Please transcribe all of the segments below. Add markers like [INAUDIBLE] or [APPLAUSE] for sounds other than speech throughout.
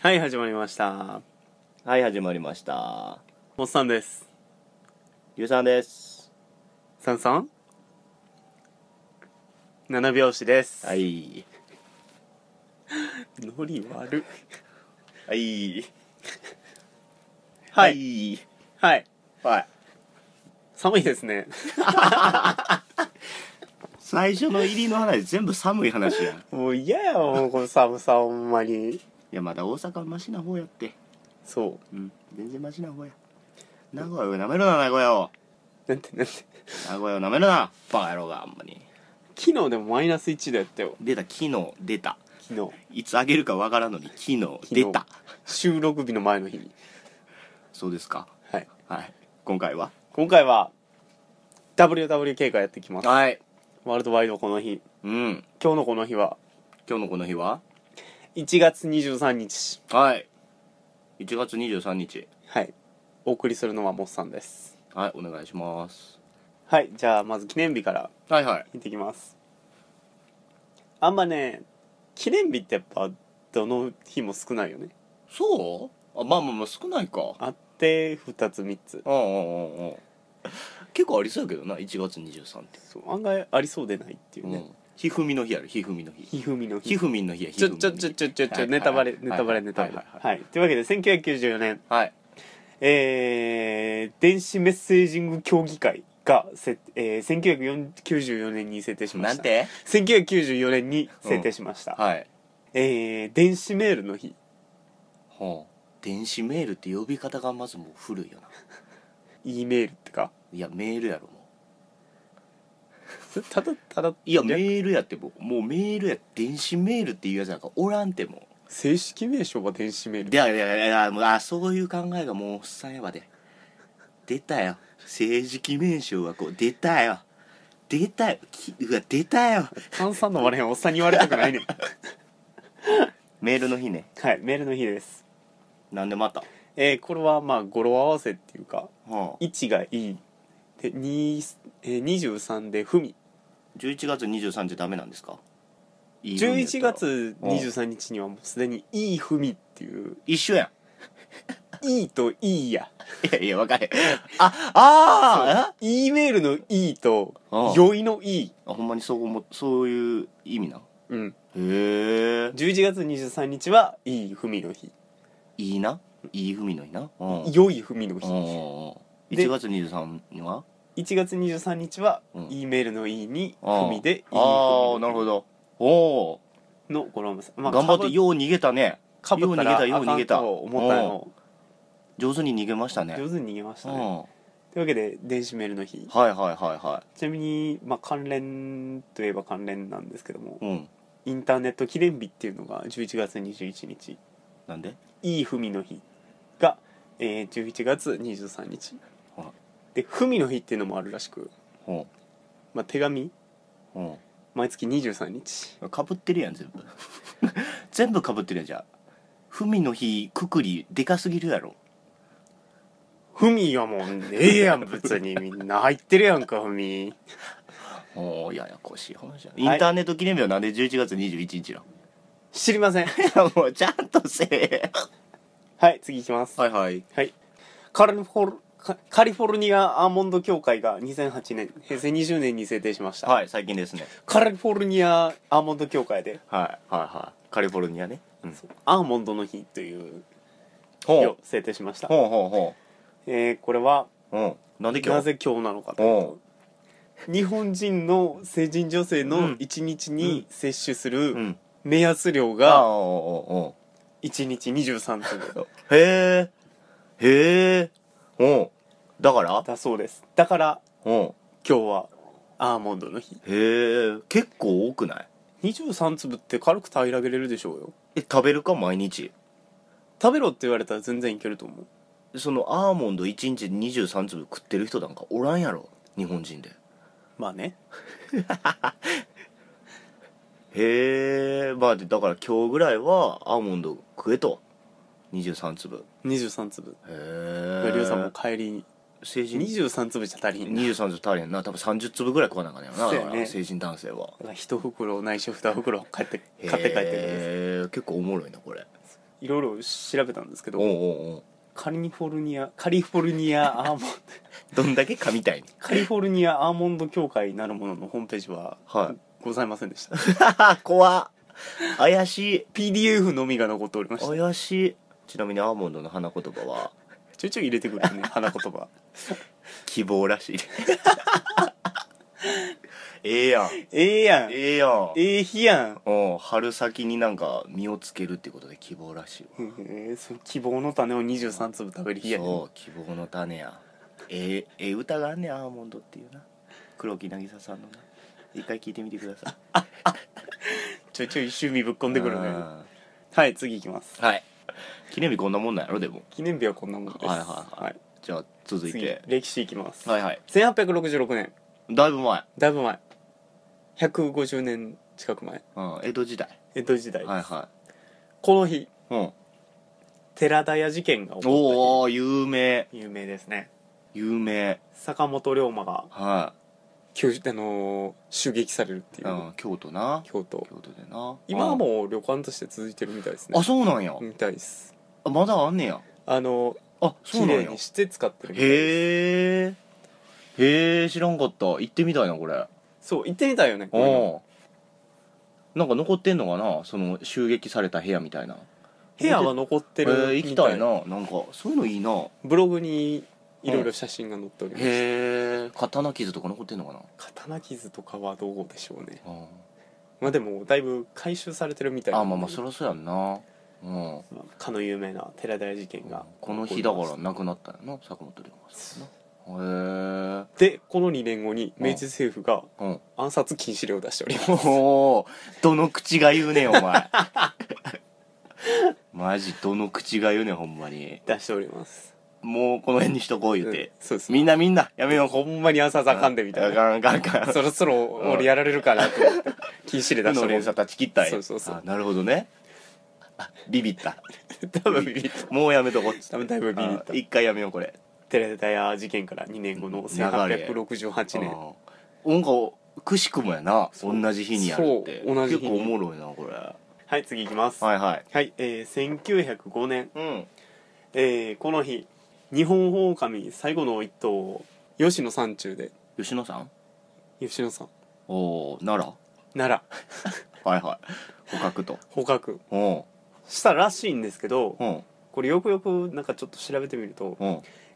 はい始まりましたはい始まりましたおっさんですゆうさんですさんさん七拍子ですはいノリ悪 [LAUGHS] はいははいいはいはい寒いですね最初の入りの話全部寒い話やんいもう嫌やわもうこの寒さほんまにやまだ大阪はマシな方やってそううん全然マシな方や名古屋をなめるな名古屋をなんてなんて名古屋をなめるなバカ野郎があんまに昨日でもマイナス1度やったよ出た昨日出た昨日いつあげるかわからんのに昨日日出た収録日の前の日にそうですかはいはい今回は今回は WW 経過やってきますはいワールドワイドこの日うん今日のこの日は今日のこの日は1月23日はい1月23日はいお送りするのはモッさんですはいお願いしますはいじゃあまず記念日からはいはい見てきますあんまね記念日ってやっぱどの日も少ないよねそうあまあまあまあ少ないかあって2つ3つうんうんうんうん結構ありそうやけどな1月23って、そう案外ありそうでないっていううねん、ひふみの日あるひふみの日ひふみのひ日ふみんの日やひちふょみの日ちょちょちょちょちはょいネタバレはいネタバレはいネタバレはいはいはいというわけで1994年はいえー電子メッセージング協議会がせ、えー、1994年に制定しまなしんたて1994年に制定しました、はいえー電子メールの日ほう電子メールって呼び方がまずもう古いよな E メールってかいやメールやろもそれただただういやメ略ールやってもうもうメールや電子メールっていうやつなんかおらんても正式名称は電子メ [LAUGHS] うールであいやいやいやもうあそういう考えがもうおっさんやばで出たよ政治記名称はこう出たよ出たよきうわ出たよ炭酸の割れへんおっさんに言われたくないね [LAUGHS] んメールの日ねはいメールの日ですなんでまた、えーこれはまあ語呂合わせっていうかはあ、 1が E で2、えー、23で「ふみ」 11月23日ダメなんですかいいよ11月23日にはもうすでに「いいふみ」っていう一緒や「いい」と「いい」やんいやいや分かれへんああ E メールの「いい」とああ酔いの「いいああほんまにそう思そういう意味なん」うんへえ11月23日は「いいふみの日」いいないい文の日なう「ん良いふみのうんうん日」うん1月23日は1月23日はうん E メールの「いい」に「あふみ」で「いいふみ」ああなるほどおお、の語呂合わせまあ頑張っかぶてよう逃げたねかぶったらあかよう逃げんたと思ったのを上手に逃げましたね上手に逃げましたうん、ねはというわけで電子メールの日いはいはいはちなみにまあ関連といえば関連なんですけどもいうんインターネット記念日っていうのが11月21日なんでいいふみの日が、えー、11月23日はでふみの日っていうのもあるらしく、ほまあ、手紙うほ毎月23日うかぶってるやん全部 [LAUGHS] 全部かぶってるやんじゃあ文の日くくりでかすぎるやろふみはもうねえやん別にみんな入ってるやんかふみおおややこしい話やインターネット記念日はなんで11月21日なの知りませんいや [LAUGHS] もうちゃんとせえはい次いきますはいはいはい、カリフォルカカリフォルニアアーモンド協会が2008年平成20年に制定しました、はい最近ですねカリフォルニアアーモンド協会ではいはいはいカリフォルニアねうんアーモンドの日という日ほうを制定しました、ほうほうほえーこれはううんなんで今日なぜ今日なのかというと日本人の成人女性うのん1日に摂取すうるん目安量あがおおお1日23粒へえへえうんだからだそうですだからうん今日はアーモンドの日へえ結構多くない23粒って軽く平らげれるでしょうよえ食べるか毎日食べろって言われたら全然いけると思うそのアーモンド1日23粒食ってる人なんかおらんやろ日本人でまあねへえまあでだから今日ぐらいはアーモンド食えと23粒23粒へりえょうさんも帰りに成人23粒じゃ足りんなだ23粒足りへんな多分30粒ぐらい食わなあかんねやろなそうやだねから成人男性はから一袋ないし二袋買って買って帰ってくるんですへえ結構おもろいなこれいろいろ調べたんですけおどうおうおうカリフォルニアカリフォルニアアーモンド [LAUGHS] どんだけかみたいにカリフォルニアアーモンド協会なるもののホームページははございませんでしたい [LAUGHS] 怖っ怪しい PDF のみが残っておりました怪しいちなみにアーモンドの花言葉はちょいちょい入れてくる [LAUGHS] よね花言葉希望 [LAUGHS] らしいええやんええやんえええやんえ日やんうん春先になんか実をつけるってことで希望らしいわえー、その希望の種を23粒食べる日やねそう希望の種やええええ歌があんねんアーモンドっていうな黒木渚さんのな一回聞いてみてくださいちょいちょい趣味ぶっこんでくるねうんはい次いきますはい記念日こんなもんなんやろでも記念日はこんなもんですはいはいはいじゃあ続い次て歴史いきます、はいはい1866年だいぶ前、だいぶ前150年近く前うん、江戸時代江戸時代、はいはこの日い、うん、寺田屋事件が起こおお有名った日有名ですね有名坂本龍馬がは救あのー襲撃されるっていい、う、うん、京都な京都京都でな今はもう旅館として続いてるみたいですうんねあそうなんや、みたいですあまだあんねやあのあ綺そうなん麗やにして使ってるみたいですへえへえ知らんかった行ってみたいなこれそう行ってみたいよねこういうのうんなんか残ってんのかなその襲撃された部屋みたいな部屋が残ってるみえー行きたいななんかそういうのいいなブログにいろいろ写真が載っております、へえ刀傷とか残ってんのかな刀傷とかはどうでしょうねうんまあでもだいぶ回収されてるみたいなあまあまあそりゃそうやんなうんまあかの有名な寺田屋事件がこの日だから亡くなったんやな坂本龍馬さんなへでこの2年後に明治政府がえうん [LAUGHS] 暗殺禁止令を出しておりますおおどの口が言うねんお前 [LAUGHS] マジどの口が言うねんほんまに出しておりますもうこの辺にしとこう言ううんて、そうですみんなみんなやめようほんまに暗殺あかんでみたいあなかんあかんあかんそろそろ俺やられるかなと思って禁止令出し負てのおり連ます鎖断ち切ったんやそうそうそうあなるほどねあビビった多分ビビったもうやめとこっつって多分だいぶビビったあ一回やめようこれ寺田屋事件から2年後の流れ1868年うんなんかくしくもやなそう同じ日にやるってそう同じ日結に構おもろいなこれははい次いきますいはいはい、えー、1905年、うんえーこの日日本狼最後の一頭を吉野山中で吉野さん吉野山おお奈良奈良はいはい捕獲と捕獲うんしたらしいんですけどうんこれよくよくなんかちょっと調べてみるとうん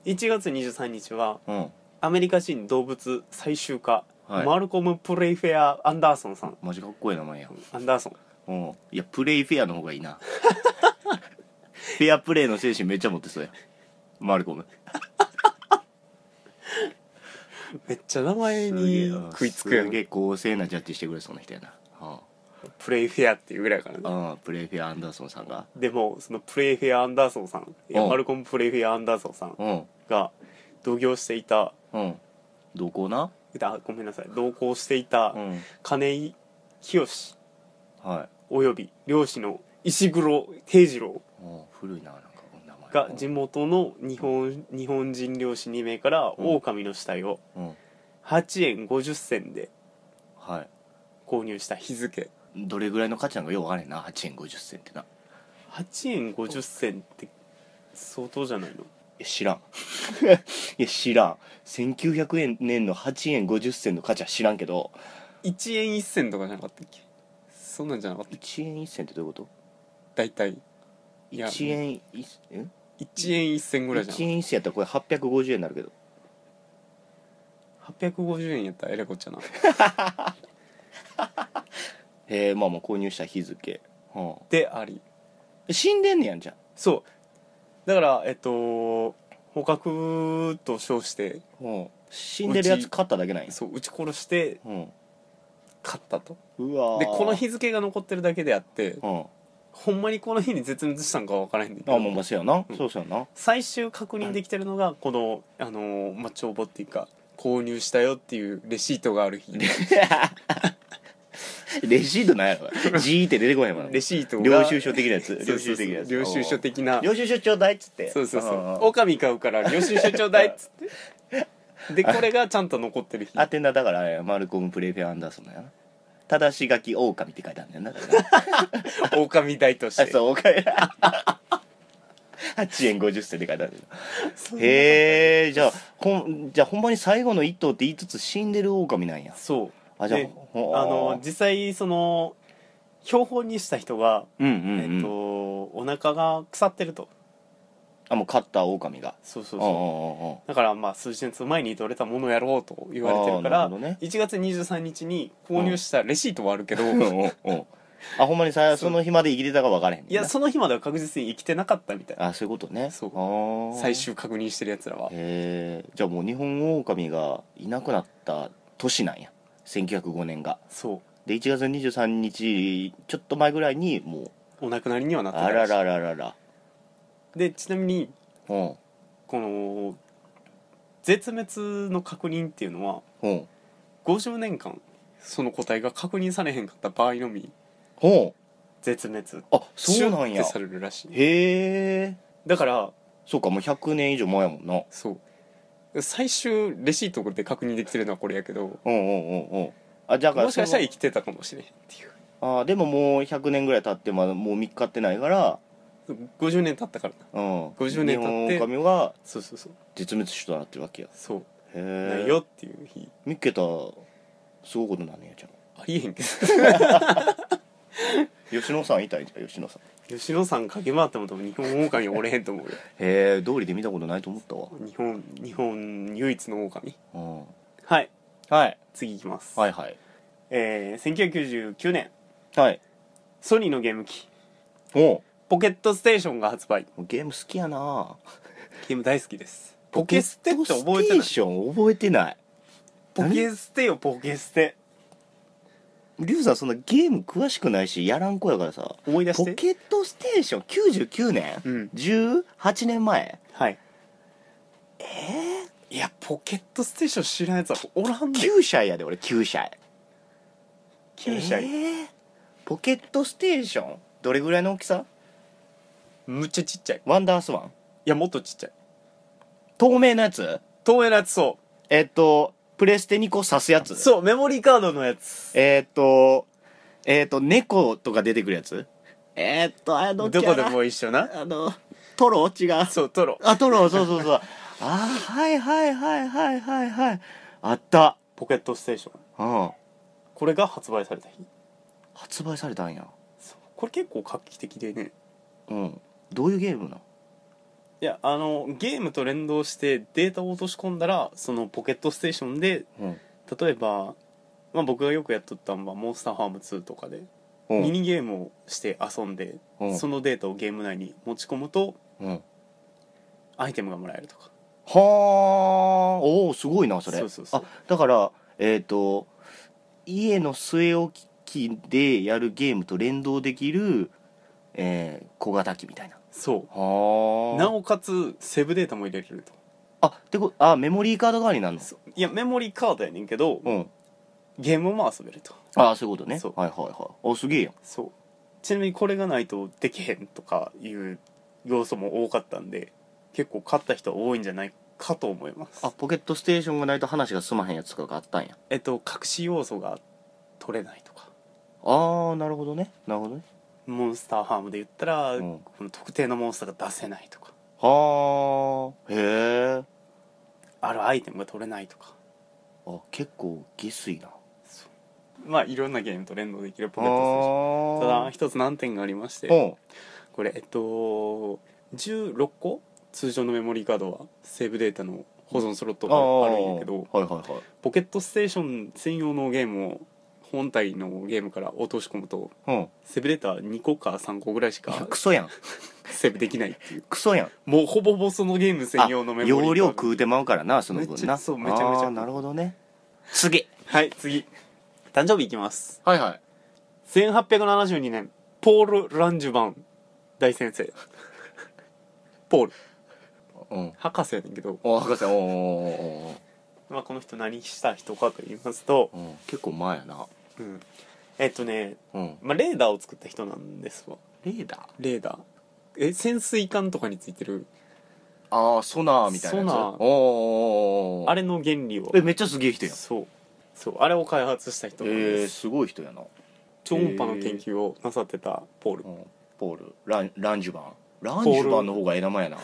1月23日はうんアメリカ人動物最終家、はいマルコム・プレイフェア・アンダーソンさんマジかっこいい名前やアンダーソンうんいやプレイフェアの方がいいなフェアプレイの精神めっちゃ持ってそうやマルコムめっちゃ名前すげえにな食いつくやすげんえ公正なジャッジしてくれそうな人やなあプレイフェアっていうぐらいからねあプレイフェアアンダーソンさんがでもそのプレイフェア・アンダーソンさんいやうんマルコム・プレイフェア・アンダーソンさんうんが同業していたうんどこなあごめんなさい同行していたうん金井清はいおよび漁師の石黒平次郎お古いななんかこの名前が地元の日本日本人漁師2名から狼の死体をうん8円50銭ではい購入した日付どれぐらいの価値なんかようわからへんな8円50銭ってな8円50銭って相当じゃないのいや知らん [LAUGHS] いや知らん1900年の8円50銭の価値は知らんけど1円1銭とかじゃなかったっけそんなんじゃなかった1円1銭ってどういうこと大体いや1円1円1円1銭ぐらいじゃ1ん円1銭やったらこれ850円になるけど850円やったらえらいこっちゃなへえまあまあ購入した日付、はでありあ、死んでんねやんじゃんそうだからえっと捕獲と称してうん死んでるやつ買っただけなんやそう撃ち殺してうん勝ったとうわーでこの日付が残ってるだけであってうんあほんまにこの日に絶滅したんかは分からへんねんけまあまどあそうやな、うんそうそうやな最終確認できてるのがこの、あのーまあ、帳簿っていうか購入したよっていうレシートがある [LAUGHS] 日レシートなんやろジーって出てこへんわ [LAUGHS] レシートが領収書的なやつそう領そう収書そう的な領収書的なやつ領収書ちょうだいっつってそうそうそんんうん狼買うから領収書ちょうだいっつってでこれがちゃんと残ってる日アテナだからあれやマルコム・プレイフェア・アンダーソンだよなただし書き狼って書いてあるんだよなだから狼大としあて [LAUGHS] そう狼8円50銭って書いてあるんだよそうへえじゃあほんじゃあほんまに最後の1頭って言いつつ死んでる狼なんやそうあじゃあでほあの実際その標本にした人が、うんうん、うんえっと、お腹が腐ってるとあもう勝った狼がそううそんううそうんうんだからまあ数日前に取れたものやろうと言われてるかあーなるら、ほどね1月23日に購入したレシートはあるけど、ういんうんうんあほんまにさそそうの日まで生きてたか分からへんねんなやその日までは確実に生きてなかったみたいなあそういうことねそうあー最終確認してるやつらはへえじゃあもう日本オオカミがいなくなった年なんや1905年がそで1月23日ちょっと前ぐらいにもううお亡くなりにはなってたあららしいららららでちなみにうんこの絶滅の確認っていうのはうん50年間その個体が確認されへんかった場合のみうん絶滅あそうなんシュやッてされるらしいへえだからそうかもう100年以上前やもんなそう最終レシートで確認できてるのはこれやけどうんうんうんうんあだからもしかしたら生そきてたかもしれへんっていうのあーでももう100年ぐらい経ってまだもう3日経ってないから50年経ったからなうん50年経って日本オオカミはそうそうそう絶滅種となってるわけやそう、へないえよっていう日見っけたすごいことなんねやじゃんありえへんけ吉野さんいたいじゃん吉野さんど吉野さん駆け回っても多分日本オオカミはおれへんと思うよへえ通りで見たことないと思ったわ、 [LAUGHS] 日本日本唯一のオオカミうん、はいはい次いきます、はいはいえー、1999年はいソニーのゲーム機おポケットステーションが発売うゲーム好きやなゲーム大好きですポケステって覚えてポケステーないション覚えてないポケステよポケステリュウさんそんなゲーム詳しくないしやらん子やからさ思い出しポてケットステーション99年、うん18年前はいええいやポケットステーション知らんやつはおらんで9歳やで俺9歳9歳、えーポケットステーションどれぐらいの大きさむっちゃちっちゃいいワンダースワンやもっとちっちゃい透明なやつ透明なやつそえっとプレステ2個刺すやつうそうメモリーカードのやつえーっと、えーっと、猫とか出てくるやつえーっと、あの、どこでも一緒なあの、トロ違う。そうトロあ、トロ、そうそうそう。あー、はいはいはいはいはいはい。あった。ポケットステーションうん。これが発売された日発売されたんや。そうこれ結構画期的でねうん。どういうゲームなのいやあのゲームと連動してデータを落とし込んだらそのポケットステーションでうん。例えば、まあ、僕がよくやっとったんは「モンスターファーム2」とかでうミん。ニゲームをして遊んでうんそのデータをゲーム内に持ち込むとうん。アイテムがもらえるとかはー。おー、すごいな、それ。そうそうそうあ、だから、えーっと、家の据え置き機でやるゲームと連動できる、えー、小型機みたいな。そはうあなおかつセーブデータも入れれるとあってこあメモリーカード代わりになるのそういやメモリーカードやねんけどうんゲームも遊べるとああそういうことねそうはいはいはいおすげえやんそうちなみにこれがないとできへんとかいう要素も多かったんで結構勝った人は多いんじゃないかと思いますあポケットステーションがないと話が進まへんやつとかがあったんやえっと隠し要素が取れないとかああなるほどねなるほどねモンスターハームで言ったら、うんこの特定のモンスターが出せないとかはあへえあるアイテムが取れないとかあ結構下水なまあいろんなゲームと連動できるポポケットステーションただー一つ難点がありましうてんこれえっと16個通常のメモリーカードはセーブデータの保存スロットああがあるんやけどはいはいはいポケットステーション専用のゲームを本体のゲームから落とし込むとうんセーブデータ2個か3個ぐらいしい [LAUGHS] やかクソやんセーブできないっていうクソやんもうほぼほぼそのゲーム専あ用のメモリーカード容量食うてまうからなその分めっちゃなそうめちゃめちゃあーなるほどね次はい次誕生日いきますはいはい1872年ポール・ランジュバン大先生 [LAUGHS] ポールうん博士やねんけど、お博士おーおーおーおーまあ、この人何した人かと言いますと、うん結構前やなうんえっとね、うんまあ、レーダーを作った人なんですわレーダーレーダーえ潜水艦とかについてるああソナーみたいなやつソナーおーおーおーおーあれの原理をえめっちゃすげえ人やんそうそうあれを開発した人なんえでー、す、すごい人やな、超音波の研究をなさってたポール、うんポールランランジュバンランジュバンの方がええ名 [LAUGHS] 前やな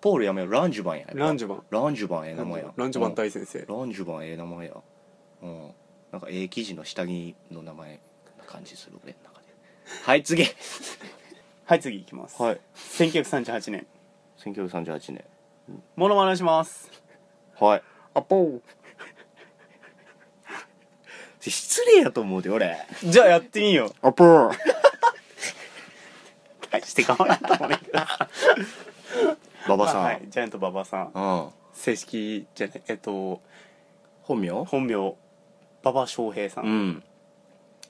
ポールやめようランジュバンやランジジュマンランジュバンええ名前やランジュマン大先生、うんランジュバンええ名前やうんなんかええ記事の下着の名前な感じする俺の中ではい次はい次いきます、はい1938年1938年モノマネしますはいアポ [LAUGHS] 失礼やと思うで俺ーじゃあやってみよアポーうしてかまらんと思うねんけど馬場さん、はいジャイアント馬場さんうん正式じゃないえっと本名本名馬場翔平さん、うん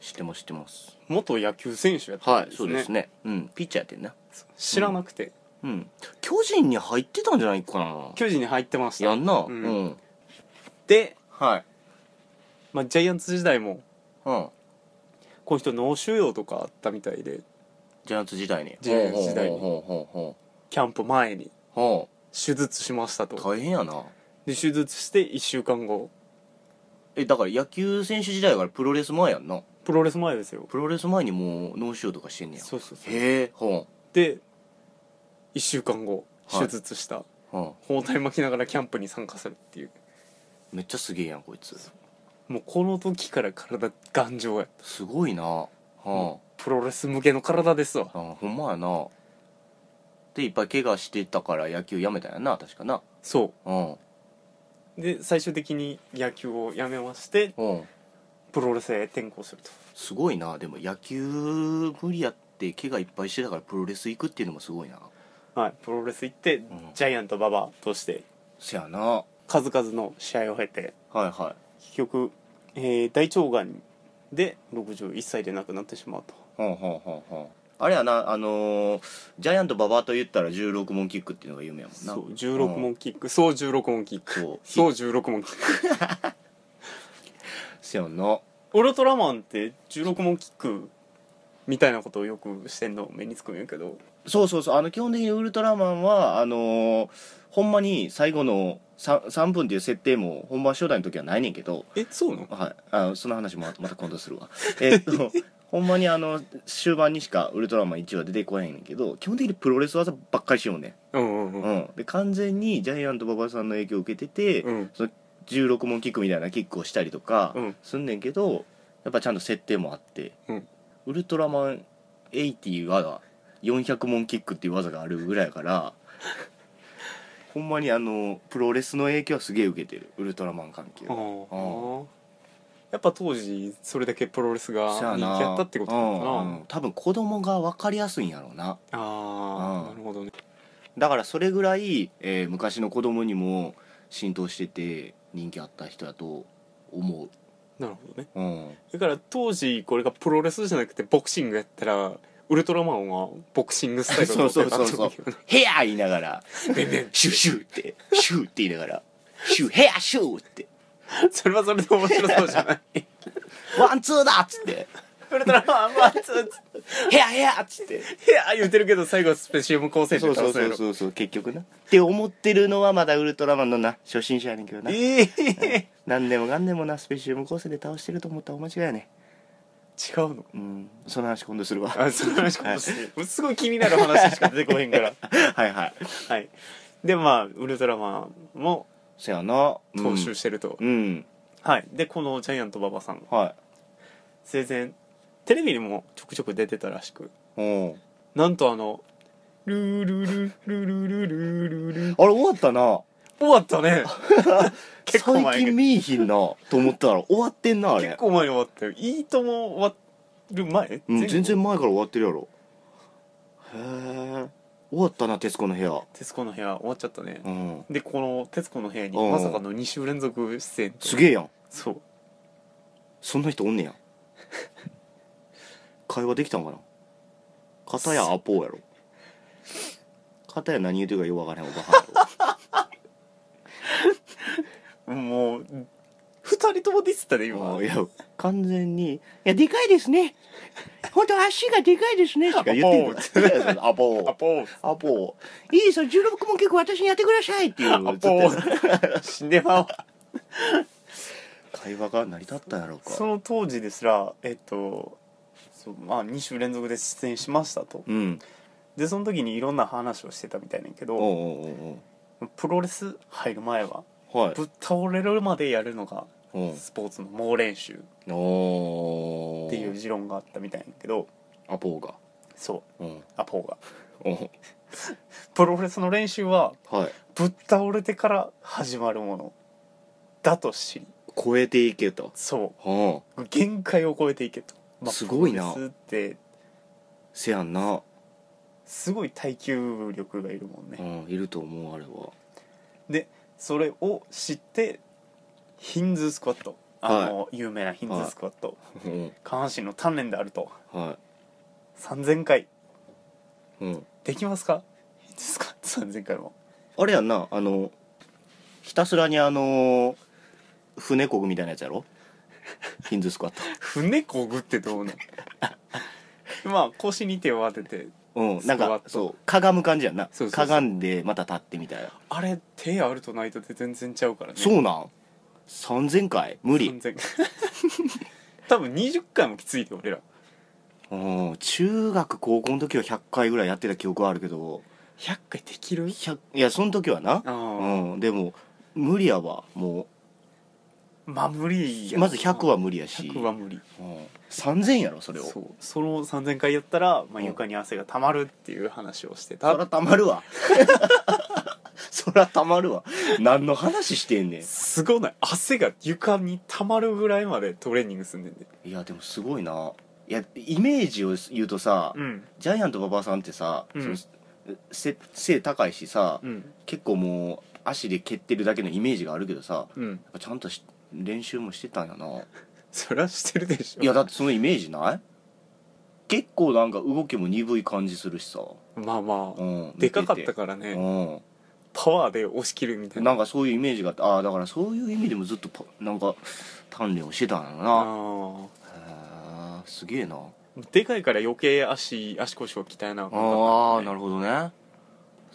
知ってます知ってます元野球選手やったはんいですね,、そうですねうんピッチャーやってんな知らなくて、うん巨人に入ってたんじゃないかな巨人に入ってましたやんなううんん、で、はいまあ、ジャイアンツ時代もうんこの人脳腫瘍とかあったみたいでジャイアンツ時代にジャイアンツ時代にほうほうほキャンプ前にうほ手術しましたうとほう大変やなで手術して1週間後えだから野球選手時代からプロレス前やんなプロレス前ですよプロレス前にもう脳腫瘍とかしてんねやそうそうそうへえほで1週間後はい手術した、うほ包帯巻きながらキャンプに参加するっていううめっちゃすげえやんこいつもうこの時から体頑丈やすごいなはあ、プロレス向けの体ですわあほんまやなでいっぱい怪我してたから野球やめたんやな確かなそうんうで最終的に野球をやめましてうんプロレスへ転向するとすごいなでも野球無理やって怪我いっぱいしてたからプロレス行くっていうのもすごいなはい、プロレス行って、んジャイアント馬場としてせやなは数々の試合を経ていは結局、えー大腸がんで61歳で亡くなってしまうといほんほんほんほんあれやなあのージャイアント馬場と言ったら16問キックっていうのが有名やもんなそう16問キックそう16問キックそうそう16問キックせやなウルトラマンって16問キックみたいなことをよくしてんの目につくんやけどそうそうそうあの基本的にウルトラマンはあのーほんまに最後の 3, 3分っていう設定も本番初代の時はないねんけどえそうなのはい、あその話もまた今度するわえ [LAUGHS] っとほんまにあの終盤にしかウルトラマン1は出てこないんやけど基本的にプロレス技ばっかりしようね、うんうんううんん、で完全にジャイアント馬場さんの影響を受けてて、うん16問キックみたいなキックをしたりとかうんすんねんけどやっぱちゃんと設定もあって、うんウルトラマン80は400問キックっていう技があるぐらいやから [LAUGHS] ほんまにあのプロレスの影響はすげえ受けてるウルトラマン関係はあーやっぱ当時それだけプロレスがそや人気なやったってことなのかな、うんうん多分子供が分かりやすいんやろうなああ、うんなるほどねだからそれぐらい、えー昔の子供にも浸透してて人気あった人やと思なるほどねう、うん、だから当時これがプロレスじゃなくてボクシングやったらウルトラマンはボクシングスタイルだったよな [LAUGHS] そうそうそうっていう「 [LAUGHS] ヘア!」言いなが [LAUGHS] ら「ベンベンシューシュー」って「シュー」って言いながら「シューヘアシュー」って [LAUGHS] それはそれで面白そうじゃない「ワンツーだ!」っつって [LAUGHS] ウルトラマンはつ「ヘアヘア!」っつっていや言うてるけど最後スペシウム構成でそうそうそうそうそう結局なって思ってるのはまだウルトラマンのな初心者やねんけどなええ何でもかんでもなスペシウム構成で倒してると思ったら大間違いやね違うのうんその話今度す [LAUGHS] るわあそういう話かもしれないすごい気になる話しか出てこへんからはいはい [LAUGHS] はいでまあウルトラマンもせやな踏襲してると、うん、うん、はいでこのジャイアント馬場さんは生前テレビにもちょくちょく出てたらしくいうんなんとあのルールルルルルルルルあれ終わったな終わった [LAUGHS] ね結構前最近に見いひんなと思ったら終わってんなあ結れ構前に終わったよいいとも終わる前うん全前後然前から終わってるやろへえ終わったな『徹子の部屋徹子の部屋終わっちゃったね』うんでこの『徹子の部屋』にうんまさかの2週連続出演すげえやんそうそんな人おん [LAUGHS] ねや会話できたんかな片やアポーやろ片や何言うてるかよくわからへんおばはんやもう2人ともディスったね今ろうんいや完全に「いやでかいです [LAUGHS] ね本当足がでかいですね」しか言ってんのアポーアポーアポー、いいですよ、16問結構私にやってくださいっていう。アポー死んでまう会話が成り立ったんやろうかその当時ですらえっとそうまあ2週連続で出演しましたとうんでその時にいろんな話をしてたみたいなんやけおうどおうおうプロレス入る前はおうはいぶっ倒れるまでやるのがうんスポーツの猛練習おーっていう持論があったみたいなんやけどアポーがそううんアポがおうプロレスの練習ははいぶっ倒れてから始まるものだと知り超えていけとそはあう限界を超えていけと、すごいなプロレスってせやんな、すごい耐久力がいるもんね、うん、いると思うあれはそれを知ってヒンズースクワットあの、有名なヒンズースクワット、うん下半身の鍛錬であるとは3000回い、うん、できますかヒンズースクワット3000回もあれやんなあのひたすらにあの船こぐみたいなやつやろヒンズースクワッ船こぐってどうなん [LAUGHS] まあ腰に手を当ててトうんなんスクワかットそうかがむ感じやんなそうそうそうかがんでまた立ってみたいなあれ手あるとないとで全然ちゃうからねそうなん3000回無理完全 [LAUGHS] 多分20回もきついで俺らうん中学高校の時は100回ぐらいやってた記憶はあるけど100回できる100いやその時はなああ、うんでも無理やわもまあ無理やなうまず100は無理やし100は無理うん、3000やろそれをそうその3000回やったら、まあ、うん床に汗がたまるっていう話をしてそたらたま [LAUGHS] るわそらたまるわ何の話してんねすごない汗が床にたまるぐらいまでトレーニングすんねんでんいやでもすごいないやイメージを言うとさ、うんジャイアント馬場さんってさ、うんそのせ背高いしさ、うん結構もう足で蹴ってるだけのイメージがあるけどさやうんっぱちゃんとし練習もしてたんやなそりゃしてるでしょいやだってそのイメージない結構なんか動きも鈍い感じするしさ、まあまあ、うん、でかかったかからね、うんパワーで押し切るみたいななんかそういうイメージがあってああだからそういう意味でもずっとパなんか鍛錬をしてたんだなあへえすげえなーでかいから余計足足腰を鍛えなあかんかったああねなるほどね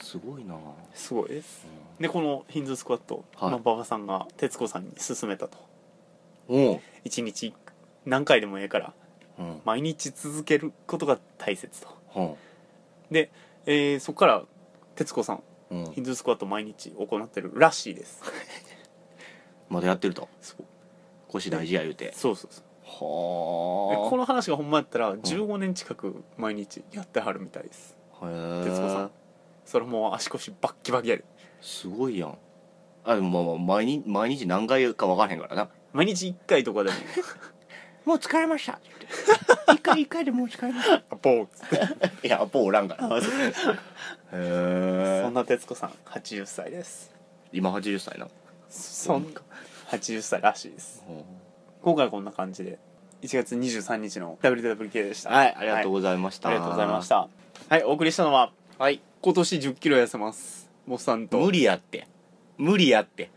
すごいな、うんすごいですでこのヒンズースクワット、はいまあ、馬場さんが徹子さんに勧めたとおう、一日何回でもええからうんうん毎日続けることが大切と、えーそこから徹子さんうんヒンズースクワット毎日行ってるらしい [LAUGHS] ですまだやってるとそう腰大事や言うてそうそうそうはあでこの話がほんまやったら15年近く毎日やってはるみたいですへ徹子さんえそれもう足腰バッキバキやですごいやんあでもまあまあ毎日毎日何回か分からへんからな毎日1回とか [LAUGHS] でももう疲れました [LAUGHS] 一回一回でもう疲れました「 [LAUGHS] ボーっつっていやポーおらんからへそえんな徹子さん80歳です今80歳なそん80歳らしいです今回はこんな感じで1月23日の WWK でしたはいありがとうございました、ありがとうございましたはいお送りしたのははい今年1 0キロ痩せますモッさんと無理やって無理やって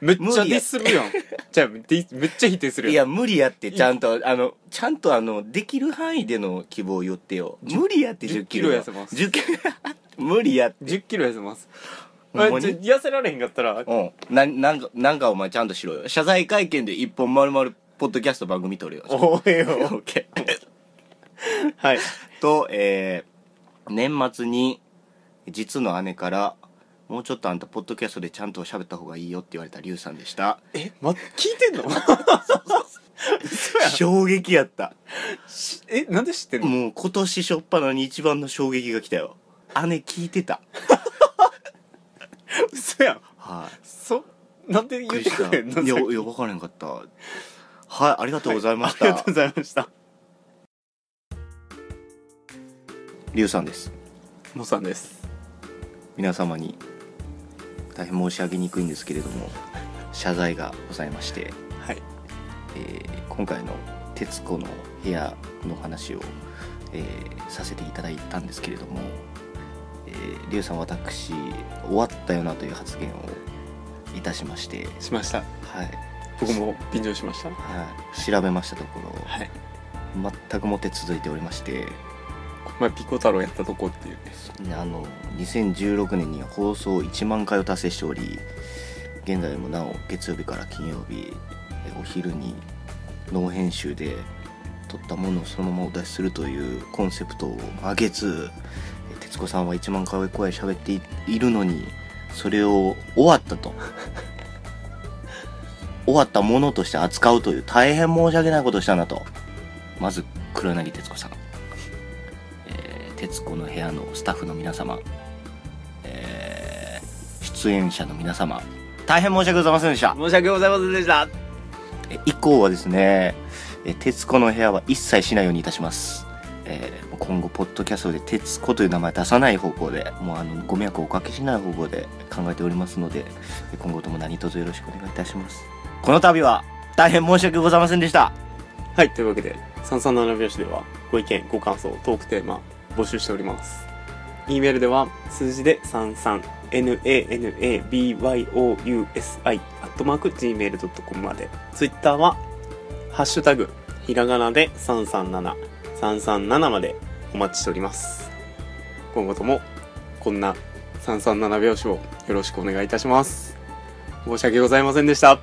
めっち無理ゃやディスるやん [LAUGHS] じゃあディめっちゃ否定するいやんや無理やってちゃんとあのちゃんとあのできる範囲での希望を言ってよ無理やって10 10キロ [LAUGHS] キロ痩せます10キロ無理やって1 0キロ痩せますほんまあにじゃあ痩せられへんかったらうんななんかなんかお前ちゃんとしろよ謝罪会見で一本丸々ポッドキャスト番組撮るよ [LAUGHS] おえオよッケーはいと、えー年末に実の姉から「もうちょっとあんたポッドキャストでちゃんと喋った方がいいよ」って言われたリュウさんでした [LAUGHS] えま聞いてんの嘘やん [LAUGHS] 衝撃やったし [LAUGHS] えなんで知ってんのもう今年初っ端に一番の衝撃が来たよ姉聞いてた嘘やんはいそなんで言ってくれんのいさやっいきや分からへんかったはいありがとうございまあしりた、がとうございましたリュウさんですモッさんです皆様に大変申し上げにくいんですけれども謝罪がございましてはいえー今回の「徹子の部屋」の話を、えーさせていただいたんですけれども、えー、リュウさん私終わったよなという発言をいたしまして、しましたはい僕も便乗しましたはい、調べましたところはい全くもって続いておりましてこの前ピコ太郎やったとこっていうねあの2016年には放送1万回を達成しており現在もなお月曜日から金曜日えお昼に脳編集で撮ったものをそのままお出しするというコンセプトを上げつえ徹子さんは1万回声喋っていいるのにそれを終わったと [LAUGHS] 終わったものとして扱うという大変申し訳ないことをしたなとまず黒柳徹子さんえー徹子の部屋のスタッフの皆様、えー出演者の皆様大変申し訳ございませんでした申し訳ございませんでしたえ以降はですねえ徹子の部屋は一切しないようにいたします、えー今後ポッドキャストで「徹子」という名前出さない方向でもうあのご迷惑をおかけしない方向で考えておりますのでえ今後とも何卒よろしくお願いいたしますこの度は大変申し訳ございませんでしたはいというわけで337拍子ではご意見ご感想トークテーマ募集しております E メールでは数字で 33nanabyousi アットマーク gmail.com まで Twitter はハッシュタグひらがなで337337までお待ちしております今後ともこんな337拍子をよろしくお願いいたします申し訳ございませんでした